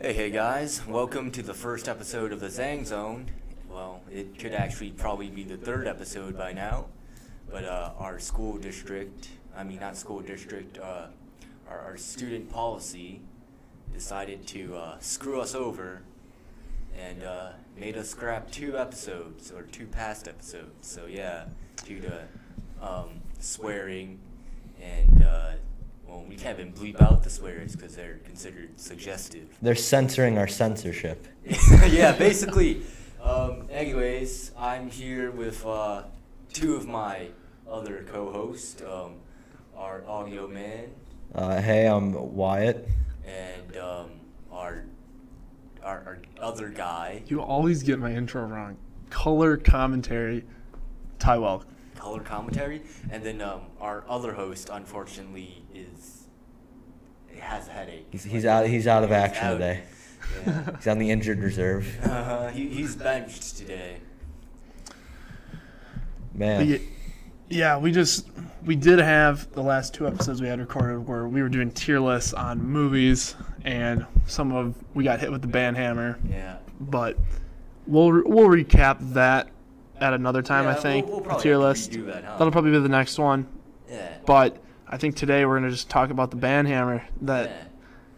Hey, hey guys, welcome to the first episode of the Zang Zone. Well, it could actually probably be the third episode by now, but uh, our school district, I mean, not school district, uh, our, our student policy decided to uh, screw us over and uh, made us scrap two episodes or two past episodes. So, yeah, due to um, swearing and, uh, well, we can't even bleep out the swears because they're considered suggestive. They're censoring our censorship. yeah, basically. Um, anyways, I'm here with uh, two of my other co-hosts, um, our audio man Uh, hey, I'm Wyatt. and um, our, our our other guy, You always get my intro wrong. Color commentary, Ty Welk. color commentary, and then um, our other host, unfortunately, is has a headache. He's, he's out. He's out of He's action out. today. Yeah. He's on the injured reserve. Uh, he, he's benched today. Man, Yeah. yeah, we just we did have the last two episodes we had recorded where we were doing tier lists on movies, and some of we got hit with the ban hammer. Yeah. But we'll we'll recap that at another time. I Yeah, think we'll- we'll the probably tier have to list redo that, huh? will probably be the next one. Yeah. But I think today we're gonna just talk about the ban hammer that yeah.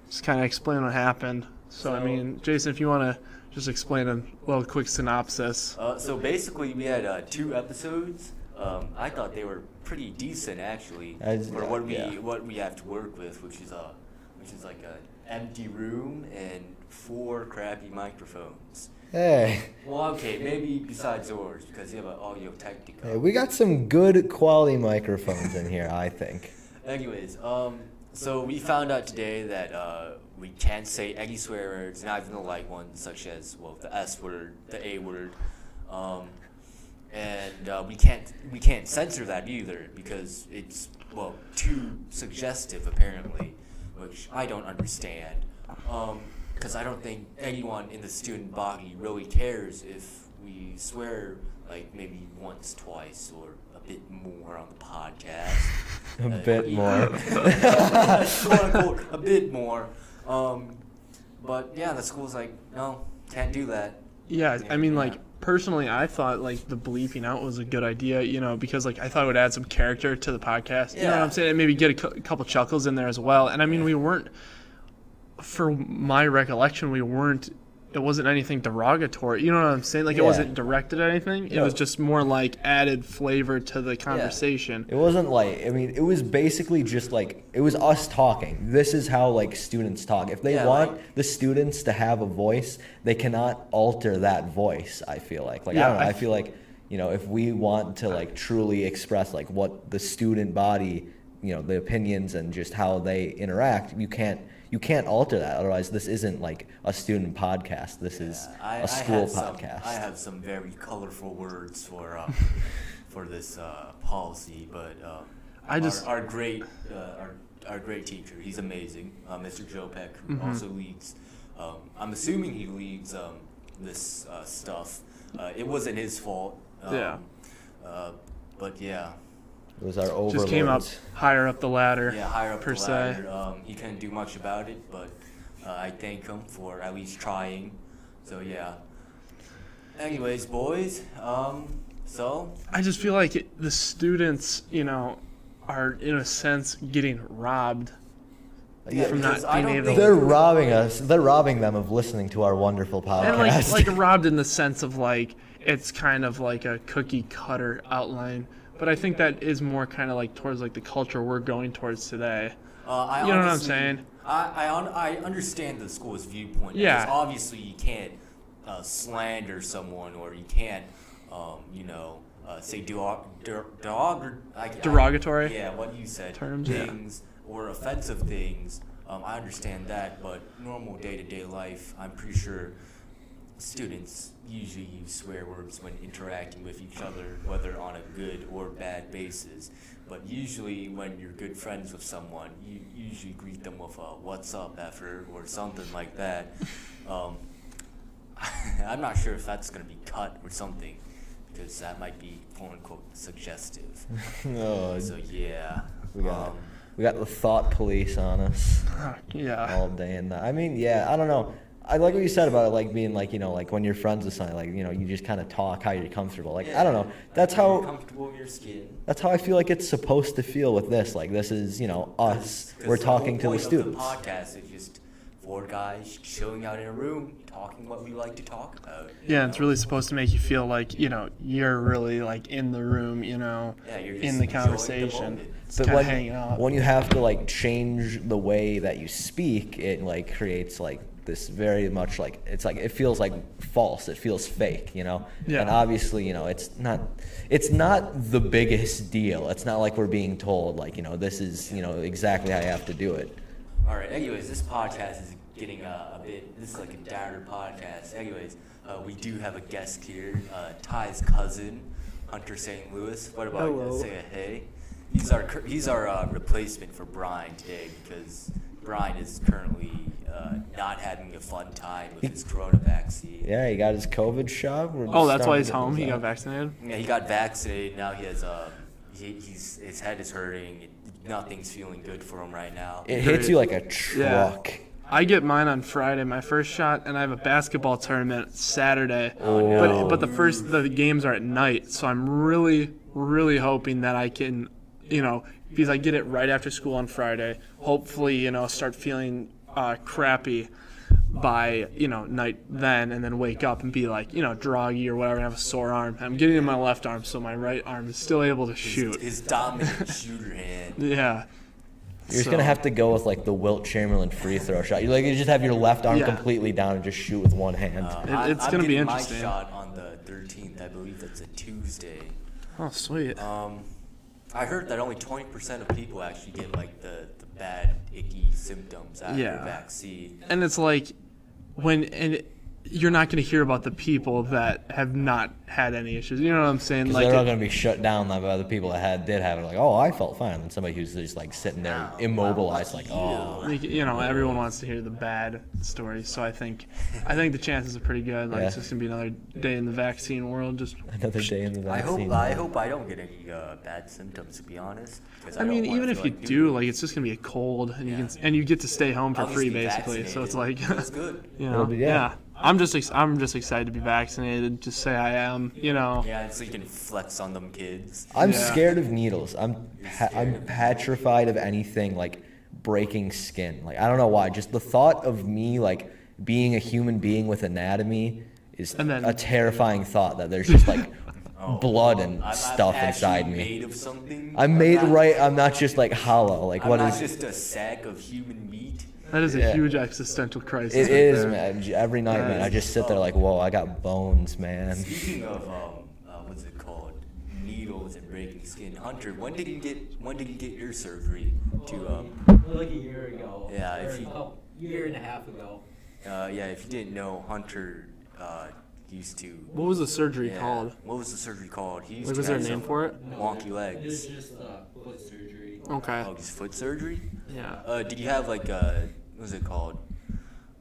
just kind of explain what happened. So, I So- mean, Jason, if you want to just explain a little quick synopsis. Uh, so basically, we had uh, two episodes. Um, I thought they were pretty decent, actually, I just- for what we yeah. what we have to work with, which is a which is like an empty room and four crappy microphones. hey, Well, okay, maybe besides yours because you have an Audio Technica. hey, we got some good quality microphones in here. I think. Anyways, um, so we found out today that uh, we can't say any swear words, not even the light ones, such as well the S word, the A word, um, and uh, we can't we can't censor that either because it's well too suggestive apparently, which I don't understand, because I don't think anyone in the student body really cares if we swear like maybe once, twice, or a bit more on the podcast A bit more. quote unquote, a bit more. Um, but yeah, the school's like, no, can't do that. Yeah, I mean, like Yeah. personally, I thought like the bleeping out was a good idea, you know, because like I thought it would add some character to the podcast. You know what Yeah. I'm saying? And maybe get a cou- couple chuckles in there as well. And I mean, Yeah. we weren't, for my recollection, we weren't. It wasn't anything derogatory. You know what I'm saying? Like Yeah. it wasn't directed at anything. It No. was just more like added flavor to the conversation. It wasn't like I mean, it was basically just like it was us talking. This is how like students talk. If they Yeah, want like- the students to have a voice, they cannot alter that voice. I feel like like I Yeah, don't know. I, I- feel like you know if we want to like truly express like what the student body, you know, the opinions and just how they interact, you can't you can't alter that. Otherwise, this isn't like a student podcast. This is Yeah, a I- I school have some- podcast. I have some very colorful words for uh, for this uh, policy, but um, I just- our, our great uh, our, our great teacher, he's amazing, uh, Mr. Joe Peck, who Mm-hmm. also leads. Um, I'm assuming he leads um, this uh, stuff. Uh, it wasn't his fault. Um, Yeah. Uh, but yeah. it was our overlords. just came up higher up the ladder. Yeah, higher up per the se. ladder. Um, he couldn't do much about it, but uh, I thank him for at least trying. So yeah. Anyways, boys. Um, so I just feel like it, the students, you know, are in a sense getting robbed. yeah, From not because I being don't able- think- They're robbing us. They're robbing them of listening to our wonderful And podcast. like like robbed in the sense of like it's kind of like a cookie cutter outline. But I think that is more kind of like towards like the culture we're going towards today. Uh, I You know what I'm honestly- saying? I I, on, I understand the school's viewpoint. Yeah. because Obviously, you can't uh, slander someone, or you can't, um, you know, uh, say derog der- derog- I, I- Derogatory? yeah, what you said. Terms, yeah. things or offensive things. Um, I understand that, but normal day-to-day life, I'm pretty sure students usually use swear words when interacting with each other, whether on a good or bad basis. But usually, when you're good friends with someone, you usually greet them with a "What's up, effer" or something like that. Um, I'm not sure if that's gonna be cut or something, because that might be "quote unquote" suggestive. Oh, So yeah, we got um, we got the thought police on us Yeah. all day and night. I mean, yeah, I don't know. I like what you said about it, like being like you know, like when you're friends with something, like you know, you just kind of talk how you're comfortable. Like I don't know. That's You're how comfortable in your skin. that's how I feel like it's supposed to feel with this. Like this is you know us. 'Cause We're the whole talking to the point of students. podcast is just four guys chilling out in a room, talking what we like to talk about. you Yeah, know? it's really supposed to make you feel like you know you're really like in the room, you know, Yeah, you're just in the enjoying the conversation, moment. It's But kinda when, hanging out. when you have to like change the way that you speak, it like creates like this very much like it's like it feels like false. It feels fake, you know. Yeah. And obviously, you know, it's not it's not the biggest deal. It's not like we're being told like you know this is you know exactly how you have to do it. All right. Anyways, this podcast is getting uh, a bit. This is like a downer podcast. Anyways, uh, we do have a guest here, uh, Ty's cousin, Hunter St. Louis. What about Hello. you? Say a hey. He's our cur- he's our uh, replacement for Brian today because Brian is currently uh, not having a fun time with his corona vaccine. Yeah, he got his COVID shot. We're oh, that's starting why to he's get home. those He got out. vaccinated. Yeah, he got vaccinated. Now he has uh, he, he's his head is hurting. Nothing's feeling good for him right now. It hits you like a truck. I get mine on Friday, my first shot, and I have a basketball tournament Saturday. Oh, no. But but the first the games are at night, so I'm really really hoping that I can, you know, because I get it right after school on Friday. Hopefully, you know, start feeling uh, crappy by you know night then, and then wake up and be like you know droggy or whatever, and have a sore arm. I'm getting it in my left arm, so my right arm is still able to his, shoot. his dominant shooter hand. Yeah. You're just gonna So- have to go with like the Wilt Chamberlain free throw shot. You like you just have your left arm Yeah. Oh. completely down and just shoot with one hand. Uh, It- I- it's I'm gonna be getting my interesting. shot on the 13th. I believe that's a Tuesday. Oh sweet. Um, I heard that only 20% of people actually get like the, the bad icky symptoms after Yeah. vaccine. and it's like when and it- you're not going to hear about the people that have not had any issues. You know what I'm saying? 'Cause Like they're all it- gonna be shut down by other people that had did have it. Like, oh, I felt fine. And somebody who's just like sitting there immobilized, like, oh, like, you know, everyone wants to hear the bad stories. So I think I think the chances are pretty good. Like it's Yeah. just going to be another day in the vaccine world just another day in the I vaccine. hope I hope I don't get any uh, bad symptoms to be honest. 'cause I don't mean, wanna even feel if you like, do, like it's just going to be a cold and you Yeah. can and you get to stay home for I'll just free be basically. So it's like vaccinated. that's good. you It'll know, be- yeah. yeah. I'm just ex- I'm just excited to be vaccinated. Just say I am, you know. Yeah, so you can flex on them kids. I'm Yeah. scared of needles. I'm pa- scared I'm of petrified of anything like breaking skin. Like I don't know why. Just the thought of me like being a human being with anatomy is And then- a terrifying thought. That there's just like blood and Oh, I'm, stuff I'm inside actually me. Made of something. I'm made not- right. I'm not just like hollow. Like I'm what not is? just a sack of human meat. That is a Yeah. huge existential crisis. It right is, there. man. J- Every night, man. I just sit there like, whoa, I got bones, man. Speaking of um, uh, what's it called? Needles and breaking skin. Hunter, when did you get when did you get your surgery? To um, like a year ago. Yeah, if or you- about a year and a half ago. uh, yeah, if you didn't know, Hunter uh, used to. What was the surgery yeah, called? What was the surgery called? He used Like, to was there a have name some for it? Wonky It was legs. just uh, foot surgery. Okay. Oh, his foot surgery. Yeah. Uh, did you have like a what was it called?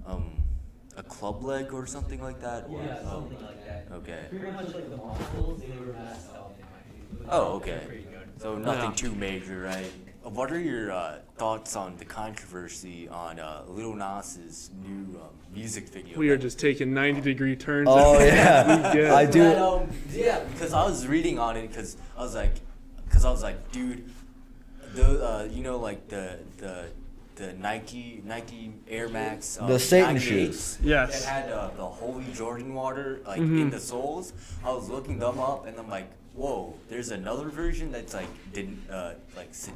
Um, a club leg or something like that? Or, Yeah, oh, something like that. okay. Pretty much like the muscles, they were messed up. in my feet, but Oh, they were okay. Pretty good. So nothing Yeah. too major, right? Uh, What are your uh, thoughts on the controversy on uh, Lil Nas's new um, music video? We are just taking 90 degree turns. Oh yeah, I But, do. um, yeah, because I was reading on it because I was like, because I was like, dude, the uh, you know like the the the Nike Nike Air Max um, The Satan 98s shoes. Yes. Mm-hmm. that had uh, the holy Jordan water like in the soles. I was looking them up and I'm like, whoa, there's another version that's like didn't uh, like sa-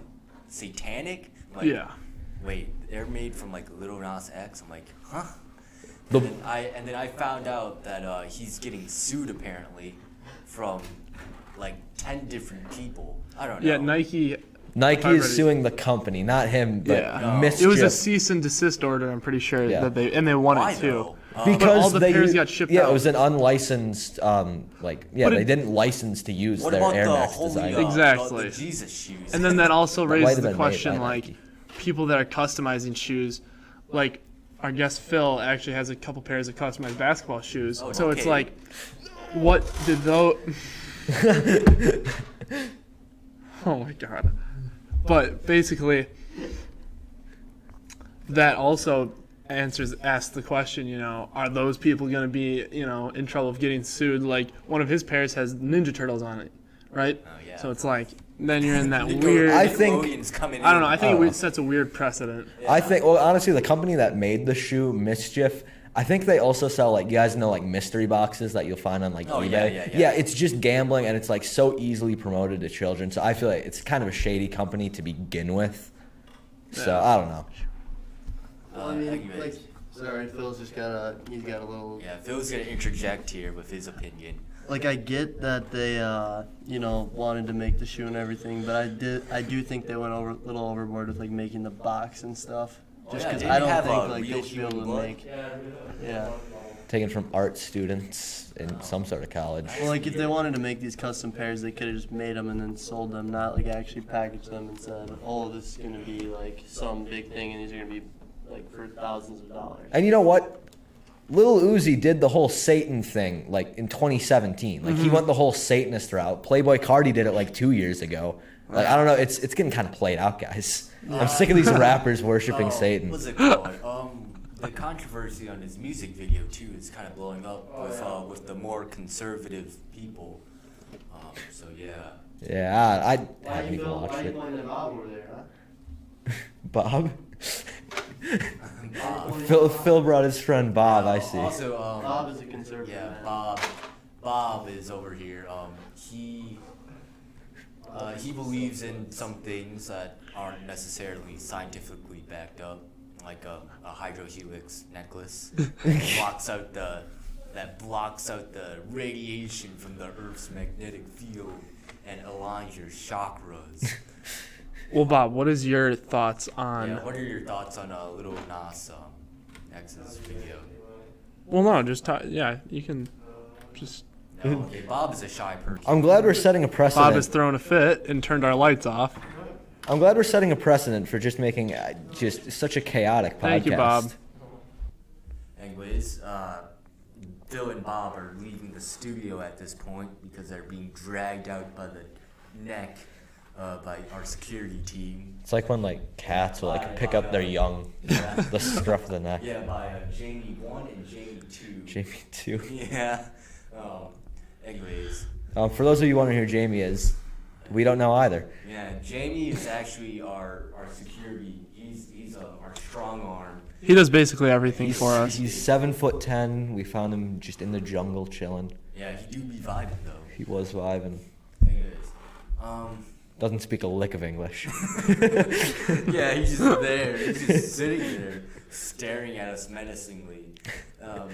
satanic. I'm like, Yeah. Wait, they're made from like Little Nas X. I'm like, huh. The- and then I and then I found out that uh, he's getting sued apparently from like ten different people. I don't know. Yeah, Nike. Nike Already. is suing the company, not him, but Yeah. No. mischief. It was a cease and desist order. I'm pretty sure Yeah. Um, that they and they won Why it too. though? Uh, But all the pairs got shipped yeah, out. it was an unlicensed, um, like yeah, But it- they didn't license to use what their about Air the Max holy design. uh, the- Exactly. the Jesus shoes? And then that also might raises have the been made by question, like Nike. people that are customizing shoes, like our guest Phil actually has a couple pairs of customized basketball shoes. Oh, so it's okay. like, what did those? uh, oh my god! But basically, that also answers asked the question, you know, are those people going to be, you know, in trouble of getting sued? Like one of his pairs has Ninja Turtles on it, right? Oh, yeah. So it's like then you're in that Nick- weird. I I, think- Nickelodeon's coming don't in. know. I think it Oh. it sets a weird precedent. I think. Well, honestly, the company that made the shoe, Mischief, I think they also sell like you guys know like mystery boxes that you'll find on like Oh, eBay. yeah, yeah, yeah. it's just gambling, and it's like so easily promoted to children. So I feel like it's kind of a shady company to begin with. So Yeah. I don't know. Well, Uh, I mean, anyway. like, sorry, Phil's just got a, he's got a little. Yeah, Phil's gonna interject here with his opinion. Like, I get that they, uh, you know, wanted to make the shoe and everything, but I did, I do think they went over a little overboard with like making the box and stuff. Oh, Just yeah, because didn't I it don't have, think uh, like real they should be able human to blood? make. Yeah. Taken from art students in some sort of college. Well, like if they wanted to make these custom pairs, they could have just made them and then sold them, not like actually packaged them and said, "Oh, this is gonna be like some big thing, and these are gonna be like for thousands of dollars." And you know what? Lil Uzi did the whole Satan thing like in 2017. Like he went the whole Satanist route. Playboy Cardi did it like two years ago. Like I don't know. It's it's getting kind of played out, guys. I'm sick of these rappers worshiping Oh, Satan. What's it called? um, the controversy on his music video too is kind of blowing up with uh, with the more conservative people. Um, so yeah. Yeah, I, I Why haven't you even feel, watched why you it. pointing them out over there, huh? Bob. Bob. Phil Phil brought his friend Bob. Ah, I see. Also, um, Bob is a conservative. yeah, man. Bob. Bob is over here. Um, he. Uh, he believes in some things that aren't necessarily scientifically backed up, like a, a hydrohelix necklace that blocks out the that blocks out the radiation from the Earth's magnetic field and aligns your chakras. Well, Bob, what is your thoughts on? yeah, what are your thoughts on a little Nas um, X's video? Well, no, just talk, yeah, you can just. No, okay, Bob is a shy person. I'm glad we're setting a Bob precedent. has thrown a fit and turned our lights off. I'm glad we're setting a precedent for just making uh, just such a chaotic podcast. Thank you, Bob. Anyways, uh, Phil and Bob are leaving the studio at this point because they're being dragged out by the neck uh, by our security team. It's like when like cats will like pick up their young, Yeah. the scruff of the neck. Yeah, by uh, Jamie 1 and Jamie 2. Jamie too. Yeah. Um, anyways, Um, for those of you wondering who Jamie is, we don't know either. yeah, Jamie is actually our, our security. He's, he's uh, our strong arm. He does basically everything He's, for us. he's seven foot ten. We found him just in the jungle chilling. Yeah, he do be vibing though. He was vibing. Anyways, um, Doesn't speak a lick of English. yeah, he's just there. He's just sitting there, staring at us menacingly. Um,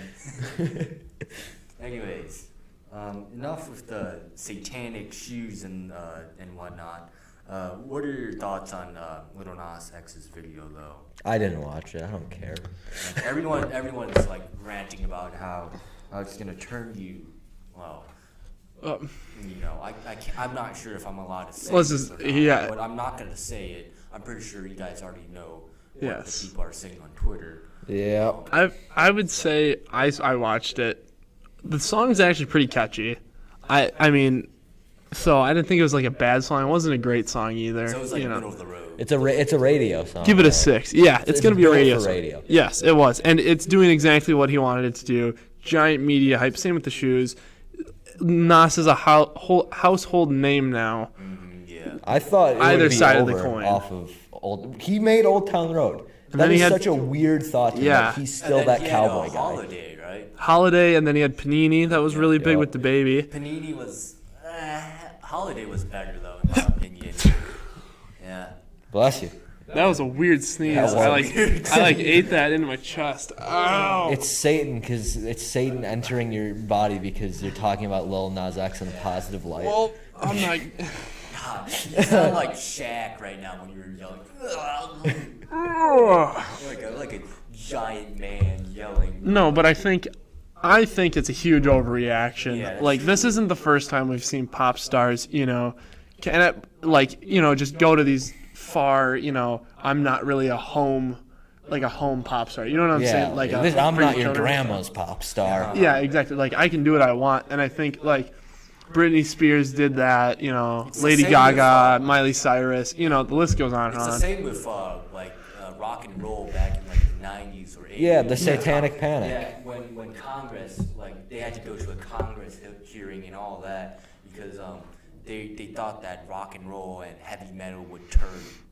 anyways, um, enough with the satanic shoes and uh, and whatnot. Uh, what are your thoughts on uh, Little Nas X's video, though? I didn't watch it. I don't care. Like, everyone, everyone's like ranting about how how it's gonna turn you. Well, Uh, you know, I, I can't, I'm not sure if I'm allowed to say Let's this just- or not, yeah. but I'm not going to say it. I'm pretty sure you guys already know what Yes. the people are saying on Twitter. Yeah. I I would say I, I watched it. The song's actually pretty catchy. I I mean, so I didn't think it was like a bad song. It wasn't a great song either. So it was like you know. middle of the road. It's a ra- it's a radio song. Give it a right? six. Yeah, it's, it's gonna be a built radio. for song. radio. Yes, it was, and it's doing exactly what he wanted it to do. Giant media hype. Same with the shoes. Nas is a ho- whole household name now. Mm, yeah. I thought it Either would be side of over the coin. off of old. He made Old Town Road. then That he is had- such a weird thought. To me, Yeah. like, he's still And then that he had, uh, cowboy guy. Holiday, right? Holiday, and then he had Panini. That was really big Yeah. with the baby. Panini was. Uh, Holiday was better, though, in my opinion. Yeah. Bless you. That was a weird sneeze. That was I like I like ate that into my chest. Ow. It's Satan because it's Satan entering your body because you're talking about Lil Nas X in a positive light. well, I'm not. God, you sound like Shaq right now when you're yelling. Ugh. like, a, like a giant man yelling. no, but I think I think it's a huge overreaction. Yeah, that's like this isn't the first time we've seen pop stars, you know, can it, like you know just go to these far, you know, I'm not really a home like a home pop star. You know what I'm yeah, saying? Like a, this, I'm pretty not your children- grandma's pop star. Yeah, exactly. Like I can do what I want, and I think like Britney Spears did that. You know, the Lady same with, uh, Gaga, Miley Cyrus. You know, the list goes on and Uh-huh. It's the on. same with uh, like uh, rock and roll back in like the '90s or '80s. Yeah, the satanic panic. Yeah, when when Congress, like they had to go to a Congress he- hearing and all that because um, they they thought that rock and roll and heavy metal would turn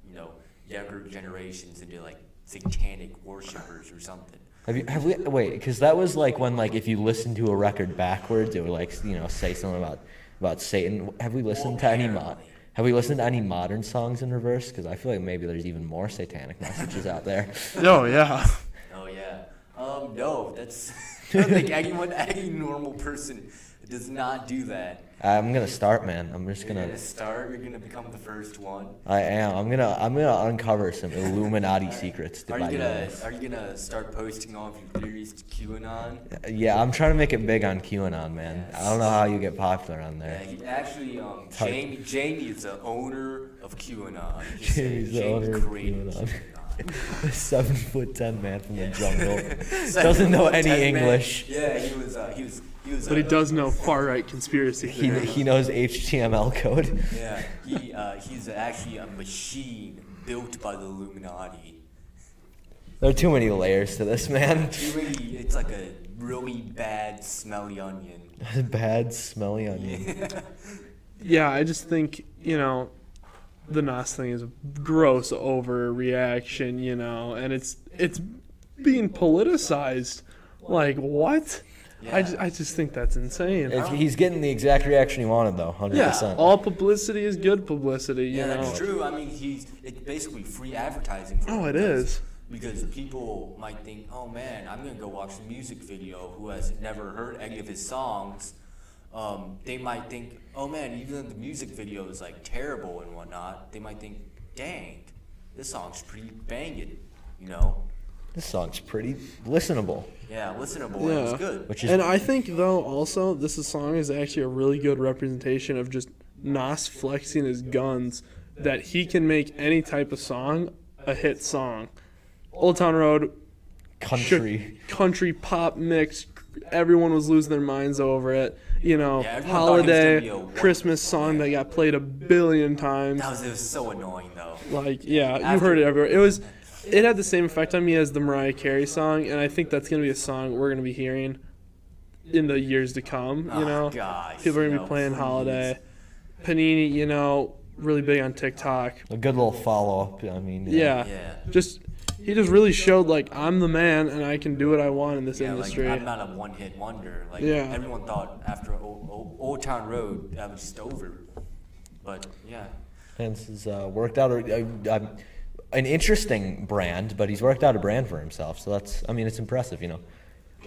you know younger generations into like satanic worshippers or something. Have you have we wait? Because that was like when like if you listen to a record backwards, it would like you know say something about about Satan. Have we listened to any mod? Apparently. Have we listened to any modern songs in reverse? Because I feel like maybe there's even more satanic messages out there. Oh yeah. Oh yeah. Um, no, that's I don't think anyone, any normal person does not do that. I'm gonna start, man. I'm just You're gonna gonna. start. You're gonna become the first one. I am. I'm gonna. I'm gonna uncover some Illuminati secrets. Are by you doing gonna this. Are you gonna start posting all of your theories to QAnon? Yeah, I'm trying to make it big on QAnon, man. I don't know how you get popular on Yeah, there. he, actually, um, Type. Jamie Jamie is the owner of QAnon. He said Jamie's the Jamie owner of created QAnon. QAnon. The seven foot ten man from the jungle So- doesn't know any Ted Man- English. Yeah, he was. Uh, he was. He was. But uh, he does know far right conspiracy He, theory. he knows HTML code. Yeah, he uh, he's actually a machine built by the Illuminati. There are too many layers to this man. He really, it's like a really bad smelly onion. Bad smelly onion. Yeah, I just think you know, the Nas thing is a gross overreaction. You know, and it's it's being politicized. Like what? I, just, I just think that's insane. If he's getting the exact reaction he wanted though, hundred Yeah, percent. all publicity is good publicity. You Yeah, know. that's true. I mean, he's it's basically free advertising. For Oh, him it because- is. Because people might think, oh man, I'm gonna go watch a music video. Who has never heard any of his songs? Um, they might think, oh man, even though the music video is like terrible and whatnot, they might think, dang, this song's pretty banging. You know? This song's pretty listenable. Yeah, listenable. Yeah. It's Yeah. good. Which is and I think though also this is- song is actually a really good representation of just Nas flexing his guns that he can make any type of song a hit song. Old Town Road country. shook- country pop mix everyone was losing their minds over it. You know, Yeah, everyone thought it was gonna holiday be a one- Christmas song that got played a billion times. that was, it was so annoying though. Like yeah, you After- heard it everywhere. It was it had the same effect on me as the Mariah Carey song, and I think that's gonna be a song we're gonna be hearing in the years to come. You Ah, know, gosh, people are gonna no, be playing please. Holiday, Panini. You know, really big on TikTok. A good little follow up. I mean. you know. Yeah, Yeah. just he just really showed like I'm the man and I can do what I want in this Yeah, industry. like I'm not a one-hit wonder. Like Yeah. everyone thought after Old, Old, Old Town Road, that was just over. But yeah, And this has uh, worked out a, a, a, an interesting brand, but he's worked out a brand for himself. So that's. I mean, it's impressive. You know.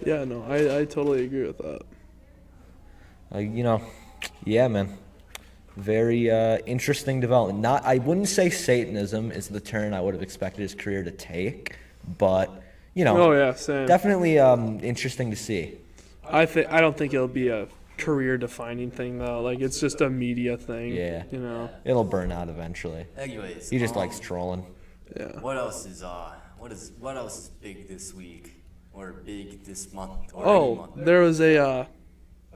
yeah, no, I, I totally agree with that. Uh, you know, yeah, man. Very uh, interesting development. Not, I wouldn't say Satanism is the turn I would have expected his career to take, but you know, Oh yeah, same. definitely um, interesting to see. I think I don't think it'll be a career defining thing though. Like it's just a media thing. Yeah. You know. It'll burn out eventually. anyways, He just um, likes trolling. Yeah. What else is uh? What is what else is big this week or big this month or any Oh, month? there was a. Uh,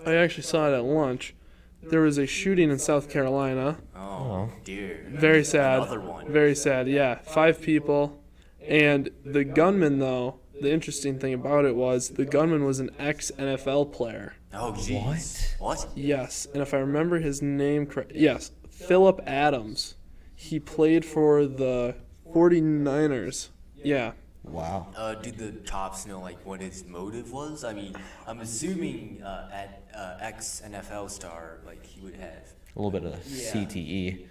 I actually saw it at lunch. There was a shooting in South Carolina. oh dear. Very sad. Another one. Very sad. Yeah, five people, and the gunman though. The interesting thing about it was the gunman was an ex NFL player. oh jeez. What? What? Yes, and if I remember his name correct, yes, Philip Adams. He played for the 49ers. Yeah. Wow. Uh, did the cops know like what his motive was? I mean, I'm assuming uh, at uh, ex NFL star like he would have. A little bit of CTE. Yeah.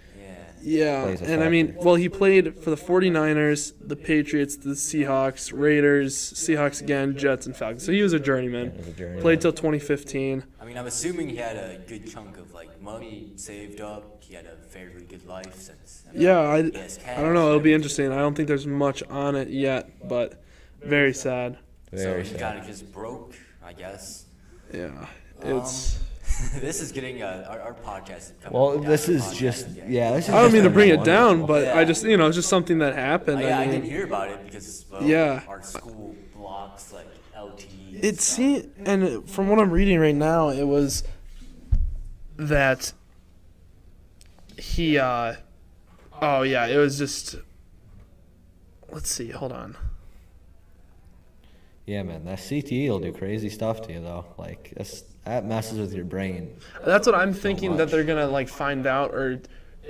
Yeah, plays a and I mean, factor. well, he played for the 49ers, the Patriots, the Seahawks, Raiders, Seahawks again, Jets, and Falcons. So he was a journeyman. Yeah, he was a journeyman. Played till 2015. I mean, I'm assuming he had a good chunk of like money saved up. He had a fairly good life since. I mean, Yeah, I, he has I don't know. It'll be interesting. I don't think there's much on it yet, but very sad. Very so he sad. kind of just broke, I guess. Yeah, it's. this is getting uh, our, our podcast. Is coming Well, down this to is podcast just again. yeah. This is I don't just mean to bring it unwonderful. down, but I Yeah. just you know it's just something that happened. Oh, yeah, I, I mean, didn't hear about it because well, Yeah. our school blocks like LT. and It stuff. seemed, and from what I'm reading right now, it was that he, uh, oh yeah, it was just, let's see, hold on. Yeah, man, that CTE will do crazy stuff to you though. Like that's, that messes with your brain. That's what I'm thinking that much. they're gonna like find out, or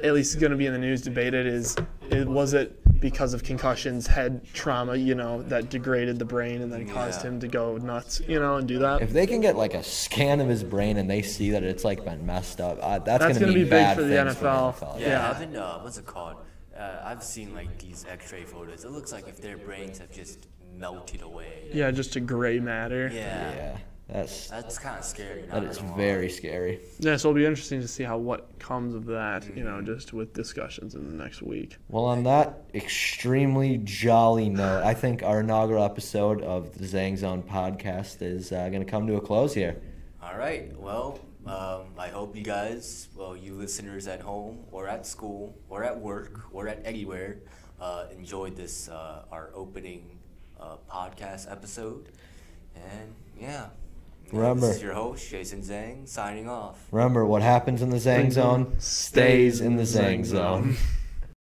at least it's gonna be in the news debated. Is it was it because of concussions, head trauma, you know, that degraded the brain and then caused Yeah. him to go nuts, you know, and do that. If they can get like a scan of his brain and they see that it's like been messed up, uh, that's, That's gonna, gonna be big bad for the things NFL. Yeah, Yeah. haven't uh, what's it called? Uh, I've seen like these X-ray photos. It looks like if their brains have just melted away. yeah, just a gray matter. Yeah. Yeah, Yeah, that's that's kind of scary. not that is gonna lie. very scary. so it'll be interesting to see how what comes of that, you know, just with discussions in the next week. Well, on that extremely jolly note, I think our inaugural episode of the Zang Zone podcast is uh, going to come to a close here. All right. Well, um, I hope you guys, well, you listeners at home or at school or at work or at anywhere, uh, enjoyed this uh, our opening uh, podcast episode. And yeah, Remember. this is your host Jason Zhang signing off. Remember, what happens in the Zang Zone stays in the Zang Zone.